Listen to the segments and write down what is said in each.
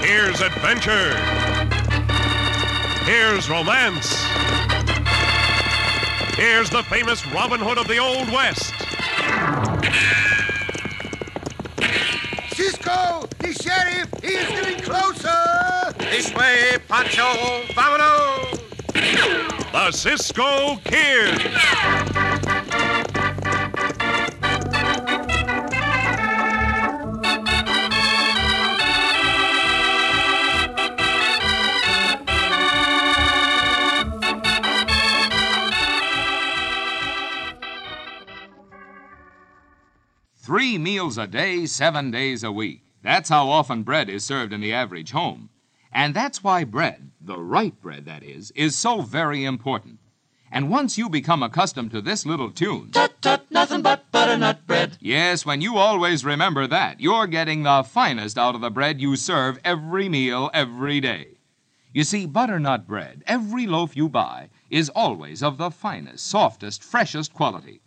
Here's adventure. Here's romance. Here's the famous Robin Hood of the Old West. Cisco, the sheriff, he is getting closer. This way, Pancho. Vámonos. The Cisco Kid. Three meals a day, seven days a week. That's how often bread is served in the average home. And that's why bread, the right bread that is, is so very important. And once you become accustomed to this little tune, Tut tut, nothing but butternut bread. yes, when you always remember that, you're getting the finest out of the bread you serve every meal, every day. You see, butternut bread, every loaf you buy, is always of the finest, softest, freshest quality.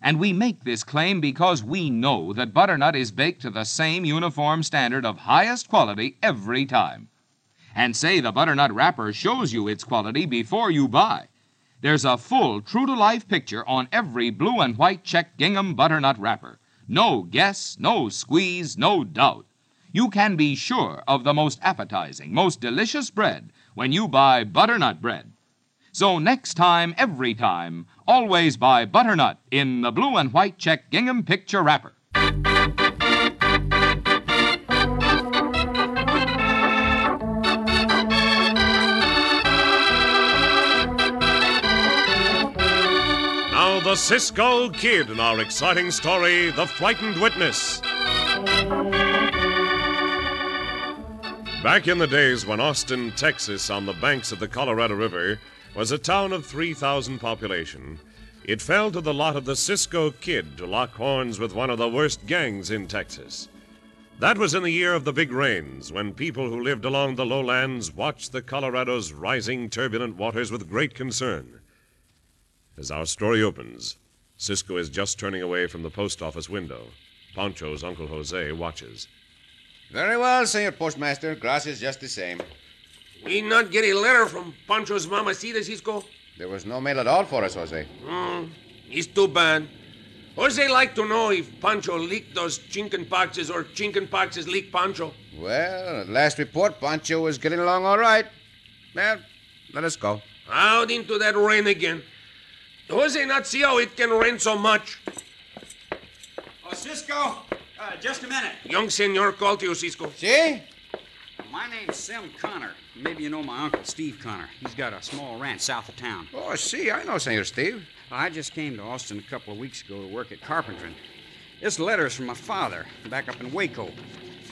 And we make this claim because we know that butternut is baked to the same uniform standard of highest quality every time. And say the butternut wrapper shows you its quality before you buy. There's a full, true to life picture on every blue and white check gingham butternut wrapper. No guess, no squeeze, no doubt. You can be sure of the most appetizing, most delicious bread when you buy butternut bread. So next time, every time, always buy butternut in the blue and white check gingham picture wrapper. Now, the Cisco Kid in our exciting story, The Frightened Witness. Back in the days when Austin, Texas, on the banks of the Colorado River, was a town of 3,000 population, it fell to the lot of the Cisco Kid to lock horns with one of the worst gangs in Texas. That was in the year of the big rains, when people who lived along the lowlands watched the Colorado's rising turbulent waters with great concern. As our story opens, Cisco is just turning away from the post office window. Poncho's Uncle Jose watches. Very well, Senor Postmaster. Gracias just the same. We not get a letter from Pancho's mamacita, Cisco? There was no mail at all for us, Jose. It's too bad. Jose like to know if Pancho leaked those chinkin boxes or chinkin boxes leak Pancho. Well, at last report, Pancho was getting along all right. Well, let us go. Out into that rain again. Jose not see how it can rain so much. Oh, Cisco, uh, just a minute. Young senor called to you, Cisco. See? My name's Sim Connor. Maybe you know my uncle, Steve Connor. He's got a small ranch south of town. Oh, see, I know, Senor Steve. I just came to Austin a couple of weeks ago to work at carpentering. This letter's from my father back up in Waco.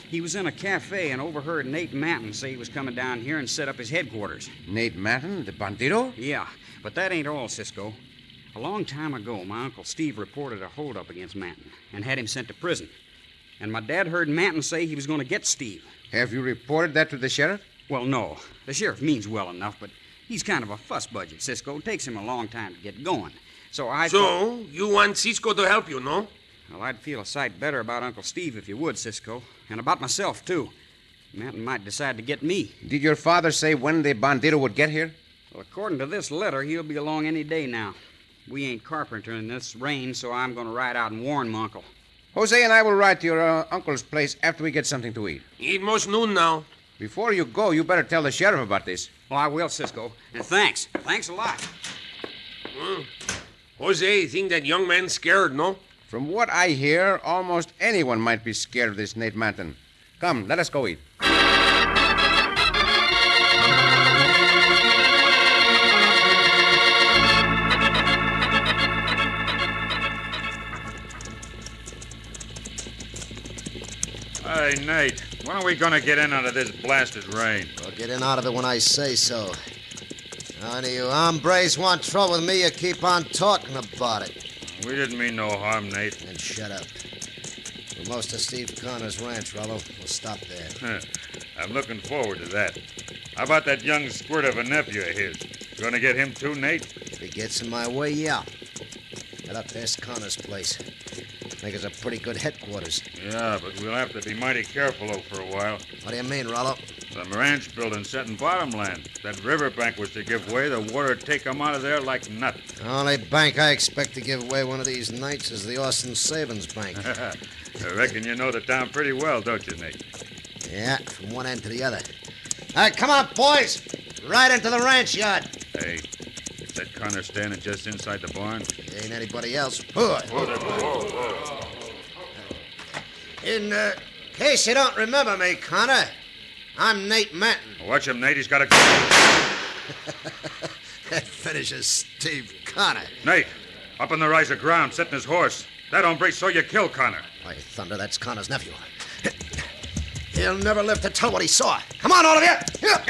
He was in a cafe and overheard Nate Manton say he was coming down here and set up his headquarters. Nate Manton, the bandito? Yeah, but that ain't all, Cisco. A long time ago, my Uncle Steve reported a holdup against Manton and had him sent to prison. And my dad heard Manton say he was going to get Steve. Have you reported that to the sheriff? Well, no. The sheriff means well enough, but he's kind of a fuss budget, Cisco. It takes him a long time to get going. So I thought- So, you want Cisco to help you, no? Well, I'd feel a sight better about Uncle Steve if you would, Cisco. And about myself, too. Manton might decide to get me. Did your father say when the bandito would get here? Well, according to this letter, he'll be along any day now. We ain't carpentering in this rain, so I'm going to ride out and warn my uncle. Jose and I will ride to your uh, uncle's place after we get something to eat. It most noon now. Before you go, you better tell the sheriff about this. Oh, I will, Cisco. And thanks. Thanks a lot. Jose think that young man scared, no? From what I hear, almost anyone might be scared of this Nate Manton. Come, let us go eat. Hey, Nate, when are we gonna get in out of this blasted rain? Well, get in out of it when I say so. None of you hombres want trouble with me, you keep on talking about it. We didn't mean no harm, Nate. And shut up. We're most of Steve Connor's ranch, Rollo. We'll stop there. Huh. I'm looking forward to that. How about that young squirt of a nephew of his? Gonna get him too, Nate? If he gets in my way, yeah. Head up past Connor's place. think it's a pretty good headquarters. Yeah, but we'll have to be mighty careful though for a while. What do you mean, Rollo? Some ranch building set in bottomland. That riverbank was to give way. The water would take 'em out of there like nothing. The only bank I expect to give away one of these nights is the Austin Savings Bank. I reckon you know the town pretty well, don't you, Nate? yeah, from one end to the other. All right, come on, boys. Right into the ranch yard. Hey, is that Connor standing just inside the barn? Ain't anybody else. Poor. In uh, case you don't remember me, Connor, I'm Nate Manton. Watch him, Nate. He's got a. That finishes Steve Connor. Nate, up on the rise of ground, sitting his horse. That hombre saw you kill Connor. Why, thunder, that's Connor's nephew. He'll never live to tell what he saw. Come on, all of you. Here.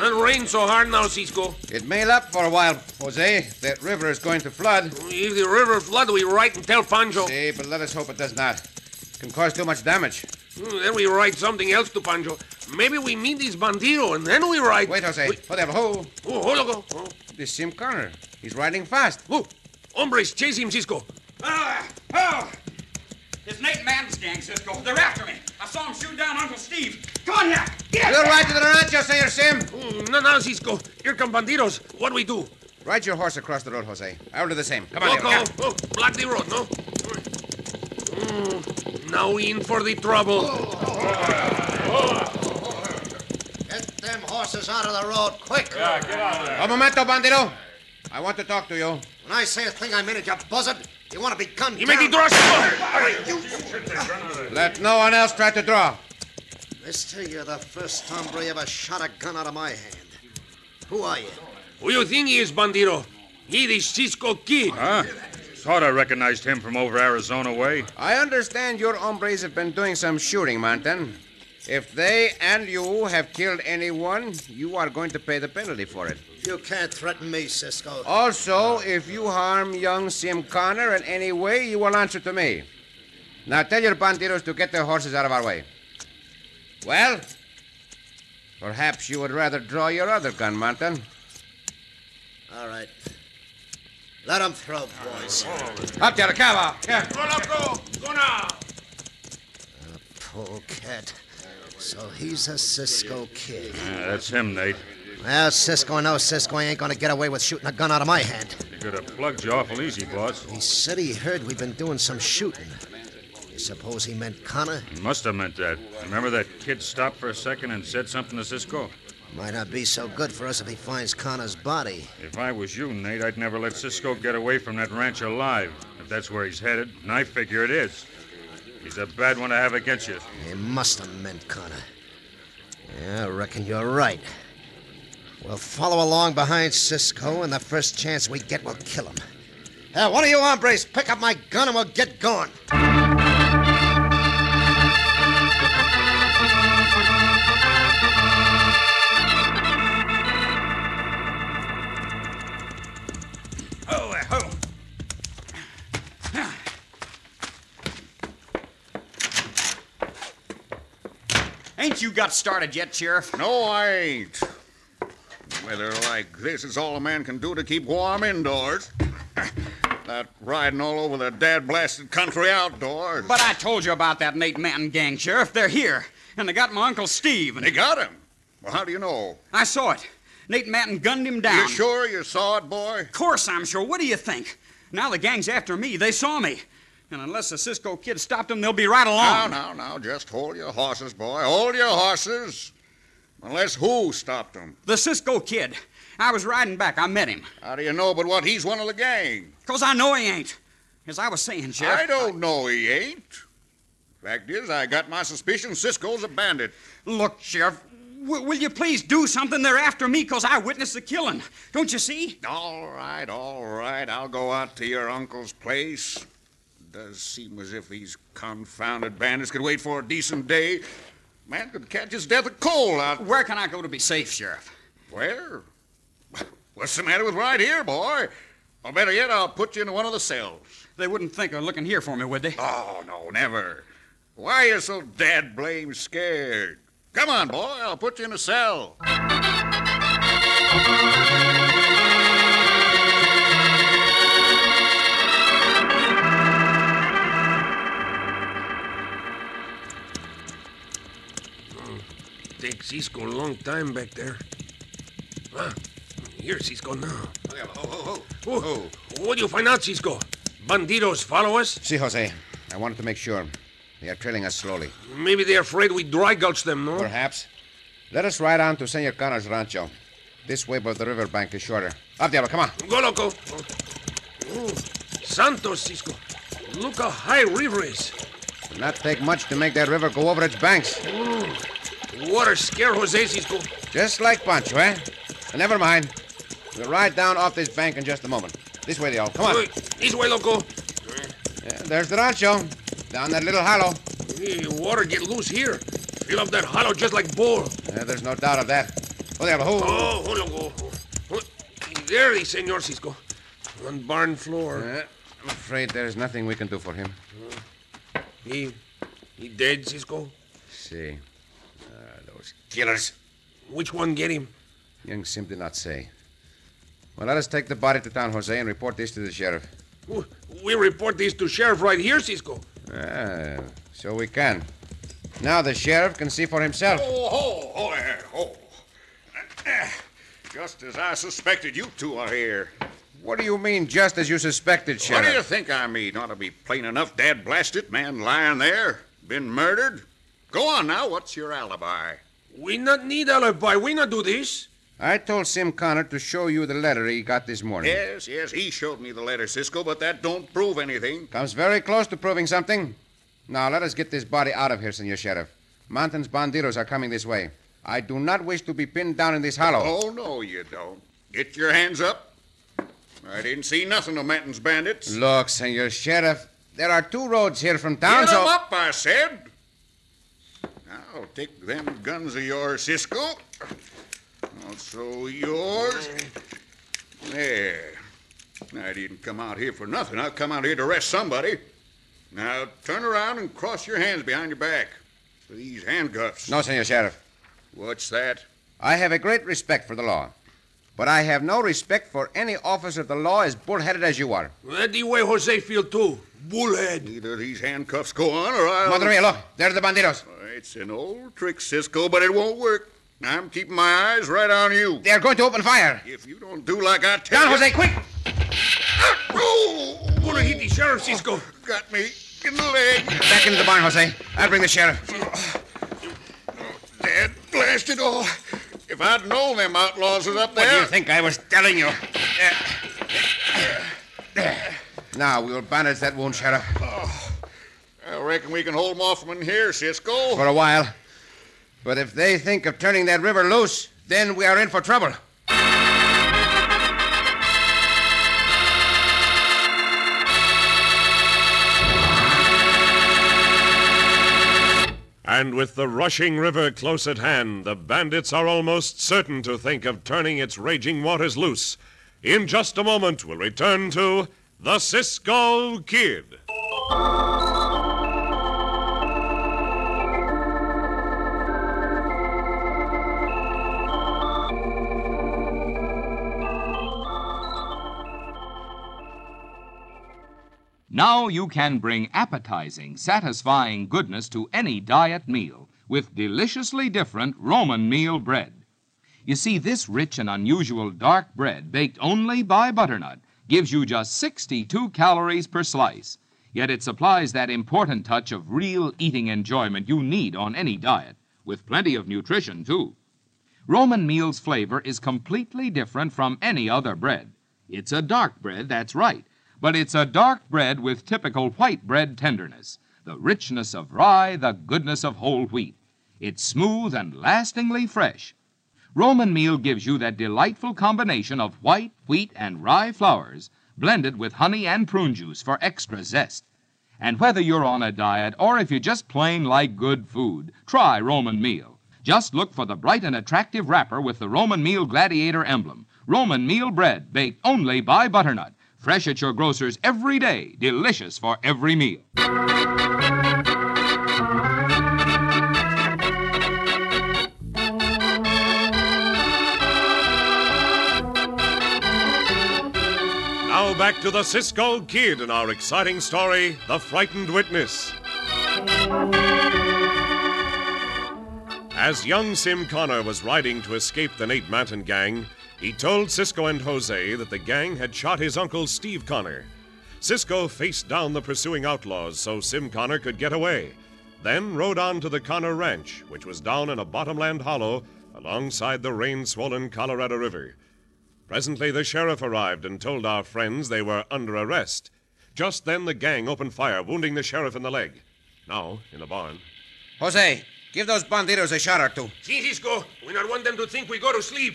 It rained so hard now, Cisco. It made up for a while, Jose. That river is going to flood. If the river flood, we write and tell Pancho. See, but let us hope it does not. It can cause too much damage. Mm, Then we write something else to Pancho. Maybe we meet these bandito, and then we write. Wait, Jose. Wait. Whatever. Oh, Oh, hold on. Oh, this Sim Connor. He's riding fast. look. Hombres, chase him, Cisco. Ah! Oh! It's Nate Madden's gang, Cisco. They're after me. I saw them shoot down Uncle Steve. Come on here. Get We'll ride to the ranch, Jose or Sim. Oh, no, no, Cisco. Here come banditos. What we do? Ride your horse across the road, Jose. I'll do the same. Come on, Loco, here. Yeah. oh, block the road, no? Mm, now we in for the Oh, trouble. Get them horses out of the road, quick. Un momento, bandito. I want to talk to you. When I say a thing, I mean it, you buzzard. You want to be gunned You down. make the draw, Cisco. Let no one else try to draw. Mister, you're the first hombre ever shot a gun out of my hand. Who are you? Who you think he is, bandito? He the Cisco Kid. Huh? Thought I recognized him from over Arizona way. I understand your hombres have been doing some shooting, Manton. If they and you have killed anyone, you are going to pay the penalty for it. You can't threaten me, Cisco. Oh. Also, if you harm young Sim Connor in any way, you will answer to me. Now tell your banditos to get their horses out of our way. Well, perhaps you would rather draw your other gun, Manton. All right. Let 'em throw, boys. Up there, Cava. Yeah. Poor cat. So he's a Cisco kid. Yeah, Uh, that's him, Nate. Well, Cisco, no Cisco, he ain't gonna get away with shooting a gun out of my hand. You could have plugged you awful easy, boss. He said he heard we've been doing some shooting. You suppose he meant Connor? Must have meant that. Remember that kid stopped for a second and said something to Cisco? Might not be so good for us if he finds Connor's body. If I was you, Nate, I'd never let Cisco get away from that ranch alive. If that's where he's headed, and I figure it is. He's a bad one to have against you. He must have meant Connor. Yeah, I reckon you're right. We'll follow along behind Cisco, and the first chance we get, we'll kill him. Now, one of you hombres, pick up my gun and we'll get going. Oh, uh, ho. Ain't you got started yet, Sheriff? No, I ain't. Weather like this is all a man can do to keep warm indoors. That riding all over the dad blasted country outdoors. But I told you about that Nate Manton gang, Sheriff. They're here. And they got my Uncle Steve. And they got him. Well, how do you know? I saw it. Nate Manton gunned him down. You sure you saw it, boy? Of course I'm sure. What do you think? Now the gang's after me. They saw me. And unless the Cisco kid stopped them, they'll be right Now, along. now, now, just hold your horses, boy. Hold your horses. Unless who stopped him? The Cisco kid. I was riding back. I met him. How do you know but what he's one of the gang? Because I know he ain't. As I was saying, Sheriff. I don't know he ain't. Fact is, I got my suspicion Cisco's a bandit. Look, Sheriff, w- will you please do something? They're after me because I witnessed the killing. Don't you see? All right, all right. I'll go out to your uncle's place. Does seem as if these confounded bandits could wait for a decent day. Man could catch his death of cold out Where can I go to be safe, Sheriff? where? What's the matter with right here, boy? Or better yet, I'll put you in one of the cells. They wouldn't think of looking here for me, would they? Oh, no, never. Why are you so dad blame scared? Come on, boy. I'll put you in a cell. Take Cisco a long time back there. Ah, here Cisco now. Oh, Oh, What do you find out, Cisco? Bandidos follow us? See, Jose, I wanted to make sure. They are trailing us slowly. Maybe they're afraid we dry gulch them, no? Perhaps. Let us ride on to Senor Connor's rancho. This way by the riverbank is shorter. Up, Diablo, come on. Go loco. Oh, Santos, Cisco. Look how high river is. Will not take much to make that river go over its banks. Water scare Jose, Cisco. Just like Pancho, eh? And never mind. We'll ride down off this bank in just a moment. This way, Diablo. Come on. Wait, This way, loco. Yeah, there's the rancho. Down that little hollow. Hey, water get loose here. Fill up that hollow just like bore. Yeah, there's no doubt of that. Oh, Diablo, who? Oh, oh, loco. Oh, There he, Senor Cisco. On barn floor. Yeah, I'm afraid there's nothing we can do for him. He, he dead, Cisco? See. Ah, those killers. Which one get him? Young Sim did not say. Well, let us take the body to town, Jose, and report this to the sheriff. W- We report this to sheriff right here, Cisco. Ah, so we can. Now the sheriff can see for himself. Oh, ho, ho, eh, ho. Eh, Just as I suspected, you two are here. What do you mean, just as you suspected, What Sheriff? do you think I mean? Ought to be plain enough, Dad blasted man lying there, been murdered. Go on now, what's your alibi? We not need alibi. We not do this. I told Sim Connor to show you the letter he got this morning. Yes, yes, he showed me the letter, Cisco, but that don't prove anything. Comes very close to proving something. Now let us get this body out of here, Senor Sheriff. Mountain's bandidos are coming this way. I do not wish to be pinned down in this hollow. Oh, no, you don't. Get your hands up. I didn't see nothing of Manton's bandits. Look, Senor Sheriff, there are two roads here from town, Get so. them up, I said. Now, take them guns of yours, Cisco. Also yours. There. I didn't come out here for nothing. I come out here to arrest somebody. Now, turn around and cross your hands behind your back. For these handcuffs. No, Senor Sheriff. What's that? I have a great respect for the law. But I have no respect for any officer of the law as bullheaded as you are. That the way Jose feel too. Bullhead. Either these handcuffs go on or I'll. Mother mia, look, there's the bandidos. It's an old trick, Cisco, but it won't work. I'm keeping my eyes right on you. They are going to open fire. If you don't do like I tell Down, you. Jose, quick! Oh! Gonna hit the sheriff, Cisco. Got me in the leg. Back into the barn, Jose. I'll bring the sheriff. Dad, blast it all. If I'd known them outlaws was up there. What do you think I was telling you? Now we will bandage that wound, Sheriff, I reckon we can hold them off from in here, Cisco. for a while. But if they think of turning that river loose, then we are in for trouble. And with the rushing river close at hand, the bandits are almost certain to think of turning its raging waters loose. In just a moment, we'll return to The Cisco Kid. Now you can bring appetizing, satisfying goodness to any diet meal with deliciously different Roman meal bread. You see, this rich and unusual dark bread, baked only by butternut, gives you just 62 calories per slice. Yet it supplies that important touch of real eating enjoyment you need on any diet, with plenty of nutrition, too. Roman meal's flavor is completely different from any other bread. It's a dark bread, that's right, but it's a dark bread with typical white bread tenderness the richness of rye, the goodness of whole wheat. It's smooth and lastingly fresh. Roman meal gives you that delightful combination of white, wheat, and rye flours, blended with honey and prune juice for extra zest. And whether you're on a diet or if you just plain like good food, try Roman Meal. Just look for the bright and attractive wrapper with the Roman Meal Gladiator emblem. Roman Meal bread, baked only by butternut. Fresh at your grocer's every day, delicious for every meal. back to the Cisco Kid in our exciting story, The Frightened Witness. As young Sim Connor was riding to escape the Nate Manton gang, he told Cisco and Jose that the gang had shot his uncle Steve Connor. Cisco faced down the pursuing outlaws so Sim Connor could get away, then rode on to the Connor Ranch, which was down in a bottomland hollow alongside the rain swollen Colorado River. Presently, the sheriff arrived and told our friends they were under arrest. Just then, the gang opened fire, wounding the sheriff in the leg. Now, in the barn. Jose, give those banditos a shot or two. See, Cisco, we not want them to think we go to sleep.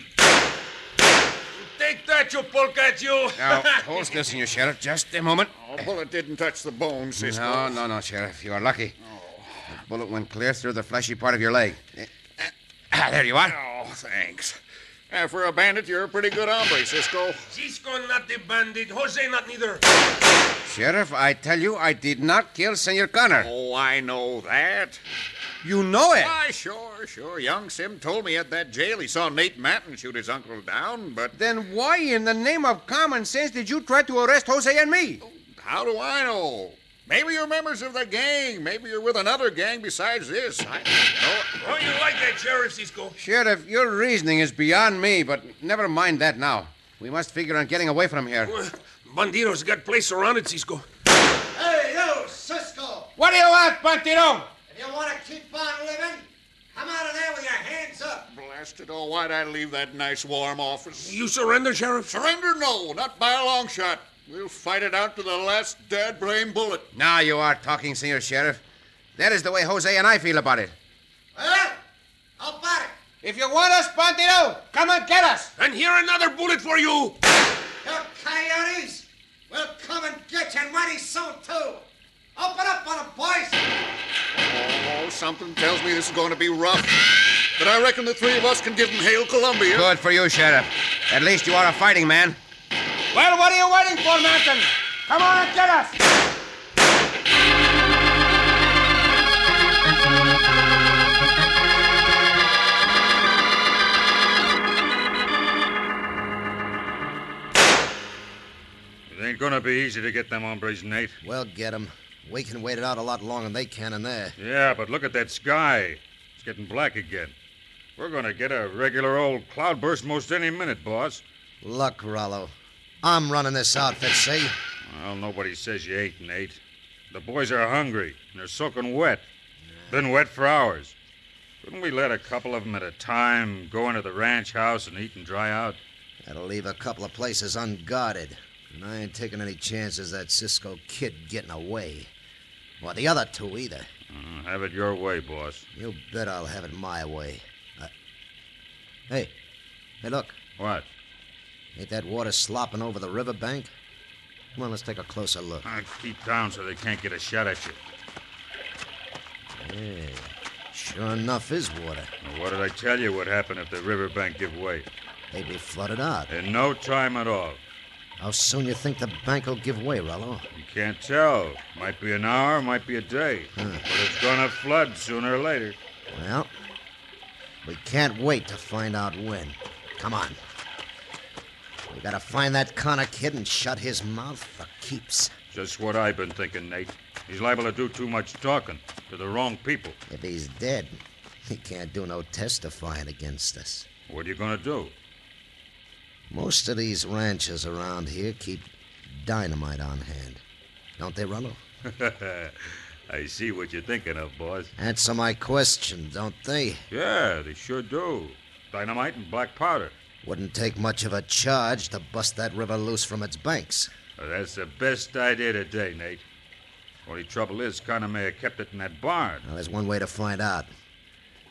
Take that, you polecat, you. Now, hold still, Senor Sheriff. Just a moment. A Oh, bullet didn't touch the bone, Cisco. No, no, no, Sheriff. You are lucky. The bullet went clear through the fleshy part of your leg. Eh, eh, Ah, there you are. Oh, thanks. Uh, for a bandit, you're a pretty good hombre, Cisco. Cisco not the bandit. Jose not neither. Sheriff, I tell you, I did not kill Senor Connor. Oh, I know that. You know it. Why, sure, sure. Young Sim told me at that jail he saw Nate Manton shoot his uncle down, but Then why in the name of common sense did you try to arrest Jose and me? how do I know? Maybe you're members of the gang. Maybe you're with another gang besides this. I don't know. How you like that, Sheriff Cisco? Sheriff, your reasoning is beyond me, but never mind that now. We must figure on getting away from here. Bandidos got place surrounded, Cisco. Hey, you, Cisco! What do you want, Pantino? If you want to keep on living, come out of there with your hands up. Blast it, oh, why'd I leave that nice warm office? You surrender, Sheriff? Surrender? No, not by a long shot. We'll fight it out to the last dead brain bullet. Now you are talking, Senor Sheriff. That is the way Jose and I feel about it. Well, how about it? If you want us, Pantino, come and get us. And here another bullet for you. You coyotes! We'll come and get you and mighty soon, too! Open up on 'em, boys! Oh, something tells me this is going to be rough. But I reckon the three of us can give them Hail Columbia. Good for you, Sheriff. At least you are a fighting man. Well, what are you waiting for, Manton? Come on and get us. It ain't gonna be easy to get them hombres, Nate. We'll get 'em. We can wait it out a lot longer than they can in there. Yeah, but look at that sky. It's getting black again. We're gonna get a regular old cloudburst most any minute, boss. Look, Rollo, I'm running this outfit, see? Well, nobody says you ain't, Nate. The boys are hungry, and they're soaking wet. Been wet for hours. Couldn't we let a couple of 'em at a time go into the ranch house and eat and dry out? That'll leave a couple of places unguarded. And I ain't taking any chances that Cisco kid getting away. Or the other two either. Uh, have it your way, boss. You bet I'll have it my way. Uh, hey, hey, look. What? Ain't that water slopping over the riverbank? Come on, let's take a closer look. Uh, keep down so they can't get a shot at you. Yeah, sure enough is water. Now, what did I tell you would happen if the riverbank give way? They'd be flooded out. In no time at all. How soon you think the bank will give way, Rollo? You can't tell. Might be an hour, might be a day. But it's gonna flood sooner or later. Well, we can't wait to find out when. Come on. We gotta find that Connor kid and shut his mouth for keeps. Just what I've been thinking, Nate. He's liable to do too much talking to the wrong people. If he's dead, he can't do no testifying against us. What are you gonna do? Most of these ranchers around here keep dynamite on hand. Don't they, Rollo? I see what you're thinking of, boss. Answer my question, don't they? Yeah, they sure do. Dynamite and black powder. Wouldn't take much of a charge to bust that river loose from its banks. Now, that's the best idea today, Nate. Only trouble is, Connor may have kept it in that barn. Now, there's one way to find out.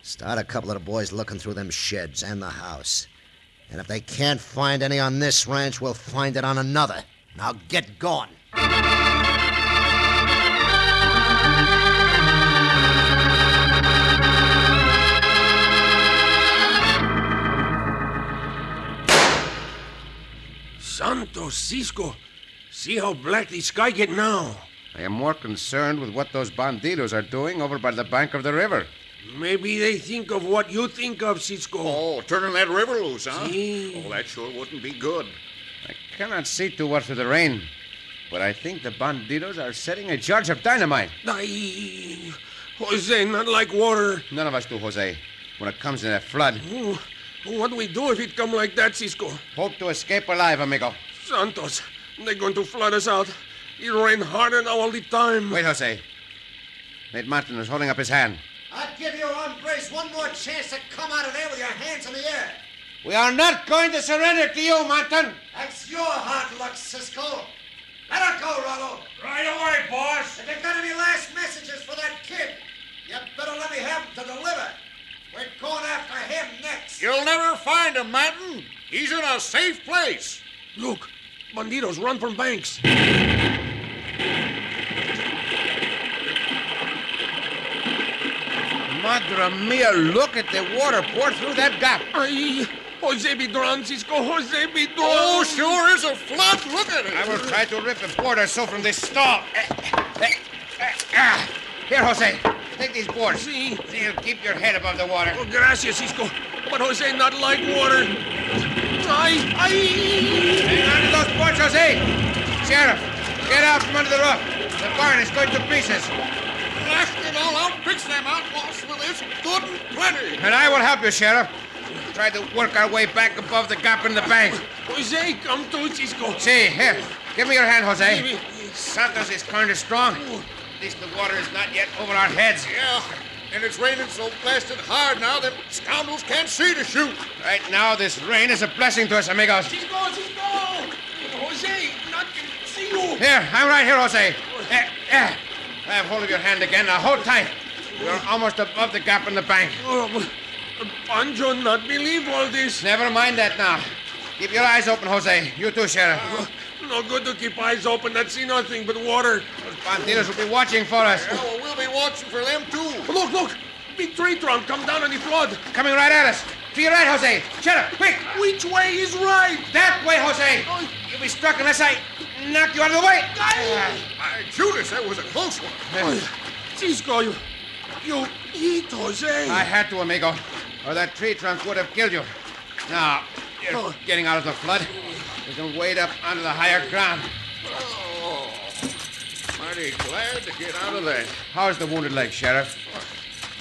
Start a couple of the boys looking through them sheds and the house. And if they can't find any on this ranch, we'll find it on another. Now get going. Santo Cisco. See how black the sky get now. I am more concerned with what those banditos are doing over by the bank of the river. Maybe they think of what you think of, Cisco. Oh, Oh, turning that river loose, huh? Gee. Oh, that sure wouldn't be good. That cannot see too well through the rain, but I think the bandidos are setting a charge of dynamite. Ay, Jose, not like water. None of us do, Jose. When it comes in a flood, Ooh, What do we do if it come like that, Cisco? hope to escape alive, amigo. Santos, they're going to flood us out. It rain harder now all the time. Wait, Jose. Nate Martin is holding up his hand. I'll give you on brace one more chance to come out of there with your hands in the air. We are not going to surrender to you, Martin. That's your hard luck, Cisco. Let her go, Rollo. Right away, boss. If you've got any last messages for that kid, you better let me have 'em to deliver. We're going after him next. You'll never find him, Martin. He's in a safe place. Look, banditos run from banks. Madre mia, look at the water pour through that gap. Ay, Jose be drowned, Cisco. Jose be drowned. Oh, sure is a flood. Look at it. I will try to rip a board or so from this stall. Eh, eh, eh, ah. Here, Jose, take these boards. See? They'll keep your head above the water. Oh, gracias, Cisco. But Jose not like water. Ay, ay. Hang on to those boards, Jose. Sheriff, get out from under the roof. The barn is going to pieces, Blast it all out. Fix them out, boss, with this good and plenty. and I will help you, Sheriff. Try to work our way back above the gap in the bank. Jose, come to, Cisco. See, here, give me your hand, Jose. Give me- Santos is kind of strong. At least the water is not yet over our heads. Yeah, and it's raining so blasted hard now that scoundrels can't see to shoot. Right now, this rain is a blessing to us, amigos. Cisco, Cisco. Jose, not can see you. Here, I'm right here, Jose. Eh, eh. I have hold of your hand again. Now hold tight. You're almost above the gap in the bank. Oh, Pancho not believe all this. Never mind that now. Keep your eyes open, Jose. You too, Sheriff. No good to keep eyes open and see nothing but water. Those banditos will be watching for us. Yeah, well, we'll be watching for them, too. Look, look! Big tree trunk come down on the flood. Coming right at us. To your right, Jose. Sheriff, quick. Which way is right? That way, Jose. Oh. You'll be struck unless I knock you out of the way. My Judas, that was a close one. Cisco, you, you eat Jose. I had to, amigo, or that tree trunk would have killed you. Now, Oh. you're getting out of the flood. We can wade up onto the higher ground. Oh, mighty glad to get out of that. How's the wounded leg, Sheriff?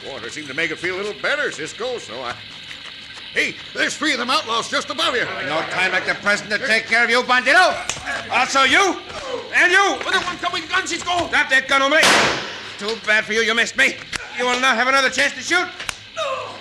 Water seemed to make it feel a little better, Cisco, so I. Hey, there's three of them outlaws just above you. No time like the present to take care of you, bandito. Also you, and you. But the one coming gun, Cisco! Drop that gun, hombre. Too bad for you, you missed me. You will not have another chance to shoot. Oh,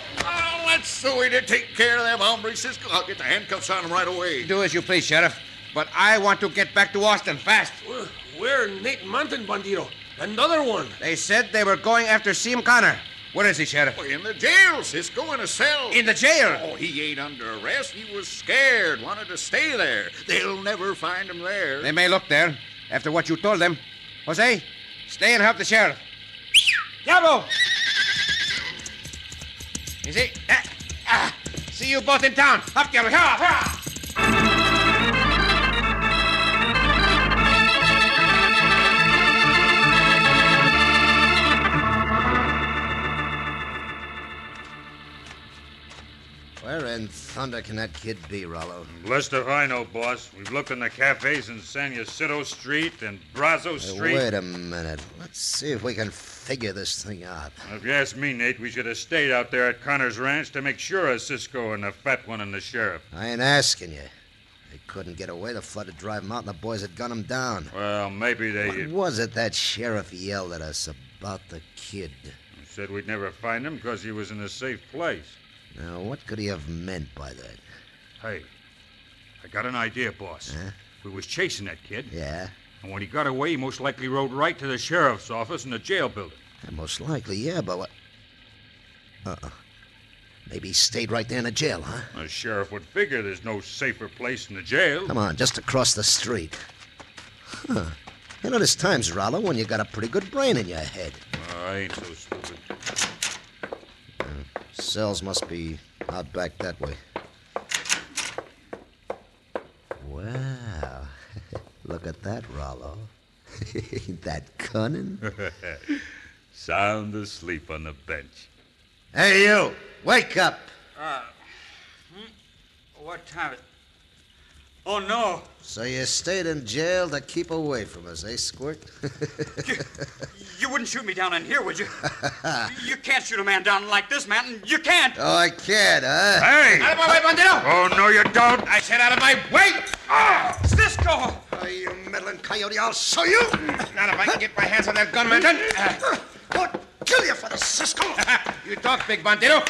let Suey to take care of them hombres, Cisco. I'll get the handcuffs on them right away. Do as you please, Sheriff. But I want to get back to Austin fast. We're, we're Nate Mountain Bandito. Another one. They said they were going after Seam Connor. Where is he, Sheriff? In the jail, Cisco, in a cell. In the jail. Oh, he ain't under arrest. He was scared, wanted to stay there. They'll never find him there. They may look there after what you told them. Jose, stay and help the sheriff. Diablo! You see? Ah, ah. see you both in town. Up, Diablo. Hurrah, hurrah. Where in thunder can that kid be, Rollo? Blessed if I know, boss. We've looked in the cafes in San Jacinto Street and Brazo Hey, Street. wait a minute. Let's see if we can figure this thing out. If you ask me, Nate, we should have stayed out there at Connor's ranch to make sure of Cisco and the fat one and the sheriff. I ain't asking you. They couldn't get away. The flood had driven 'em out, and the boys had gunned 'em down. Well, maybe they What was it that sheriff yelled at us about the kid? said we'd never find him because he was in a safe place. Now, what could he have meant by that? Hey, I got an idea, boss. Huh? We was chasing that kid, Yeah, and when he got away, he most likely rode right to the sheriff's office in the jail building. most likely, yeah, but what? Uh-uh. Maybe he stayed right there in the jail, huh? The sheriff would figure there's no safer place than the jail. Come on, just across the street. Huh. You know, there's times, Rollo, when you got a pretty good brain in your head. Oh, I ain't so stupid. Cells must be out back that way. Wow. Look at that, Rollo. Ain't that cunning? Sound asleep on the bench. hey, you! Wake up! What time is Oh, no. So you stayed in jail to keep away from us, eh, Squirt? You wouldn't shoot me down in here, would you? you can't shoot a man down like this, Manton. You can't. oh, I can't, huh? Hey! Out of my way, Bandito! Oh, no, you don't. I said out of my way! Ah! Cisco! Oh, you meddling coyote, I'll show you! Not if I can get my hands on that gun, Manton. I'll kill you for the Cisco! You talk, big bandito.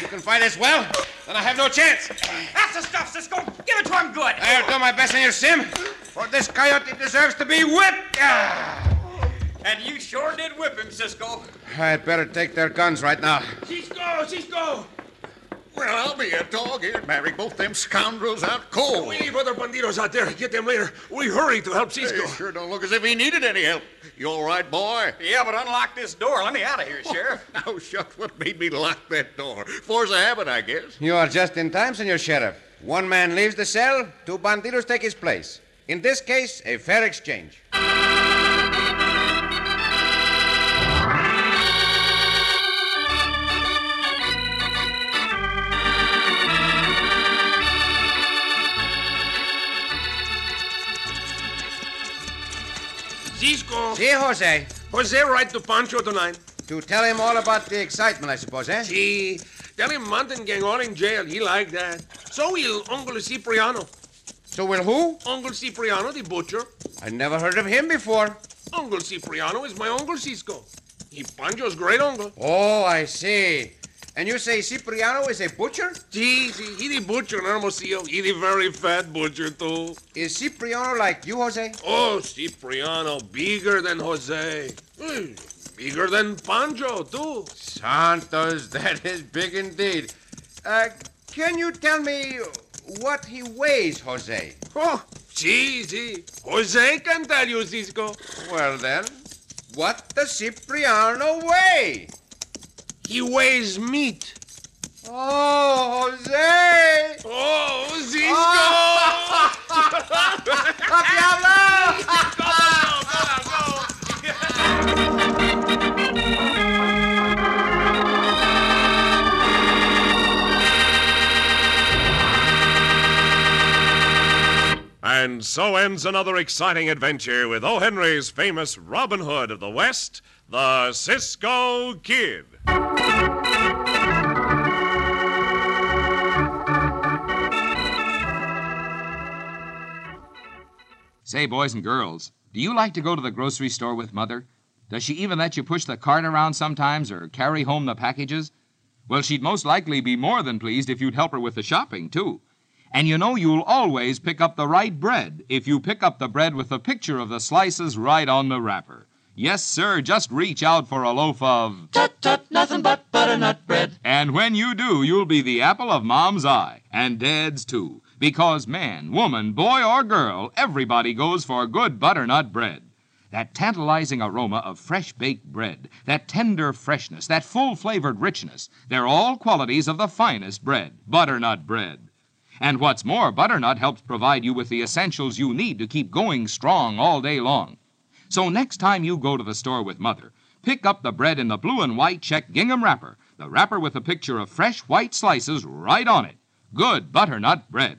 You can fight as well, then I have no chance. That's the stuff, Cisco! Give it to him good! I'll do my best in your sim, for this coyote deserves to be whipped. Ah. And you sure did whip him, Cisco. I'd better take their guns right now. Cisco, Cisco! Well, I'll be a dog eared Marry both them scoundrels out cold. We need other banditos out there. Get them later. We hurry to help Cisco. They sure don't look as if he needed any help. You all right, boy? Yeah, but unlock this door. Let me out of here, Sheriff. Now, shucks, what made me lock that door? Force of habit, I guess. You are just in time, Senor Sheriff. One man leaves the cell, two banditos take his place. In this case, a fair exchange. Cisco! See, Jose, Jose, write to Pancho tonight. to tell him all about the excitement, I suppose, eh? See, tell him Mountain Gang all in jail. He like that. So will Uncle Cipriano. So will who? Uncle Cipriano, the butcher. I never heard of him before. Uncle Cipriano is my uncle Cisco. He Pancho's great uncle. Oh, I see. And you say Cipriano is a butcher? See, see, he the butcher in Hermosillo. Oh, He the very fat butcher, too. Is Cipriano like you, Jose? Oh, Cipriano, bigger than Jose. Hmm, Bigger than Pancho, too. Santos, that is big indeed. Uh, can you tell me what he weighs, Jose? Oh, see, see. Jose can tell you, Cisco. Well, then, what does Cipriano weigh? He weighs meat. Oh, Jose! Oh, Cisco! And so ends another exciting adventure with O. Henry's famous Robin Hood of the West, the Cisco Kid. Say, boys and girls, do you like to go to the grocery store with Mother? Does she even let you push the cart around sometimes or carry home the packages? Well, she'd most likely be more than pleased if you'd help her with the shopping, too. And you know you'll always pick up the right bread if you pick up the bread with the picture of the slices right on the wrapper. Yes, sir, just reach out for a loaf of. Tut tut, nothing but butternut bread. And when you do, you'll be the apple of Mom's eye, and Dad's too. Because man, woman, boy, or girl, everybody goes for good butternut bread. That tantalizing aroma of fresh baked bread, that tender freshness, that full flavored richness, they're all qualities of the finest bread, butternut bread. And what's more, butternut helps provide you with the essentials you need to keep going strong all day long. So next time you go to the store with Mother, pick up the bread in the blue and white check gingham wrapper, the wrapper with a picture of fresh white slices right on it. Good butternut bread.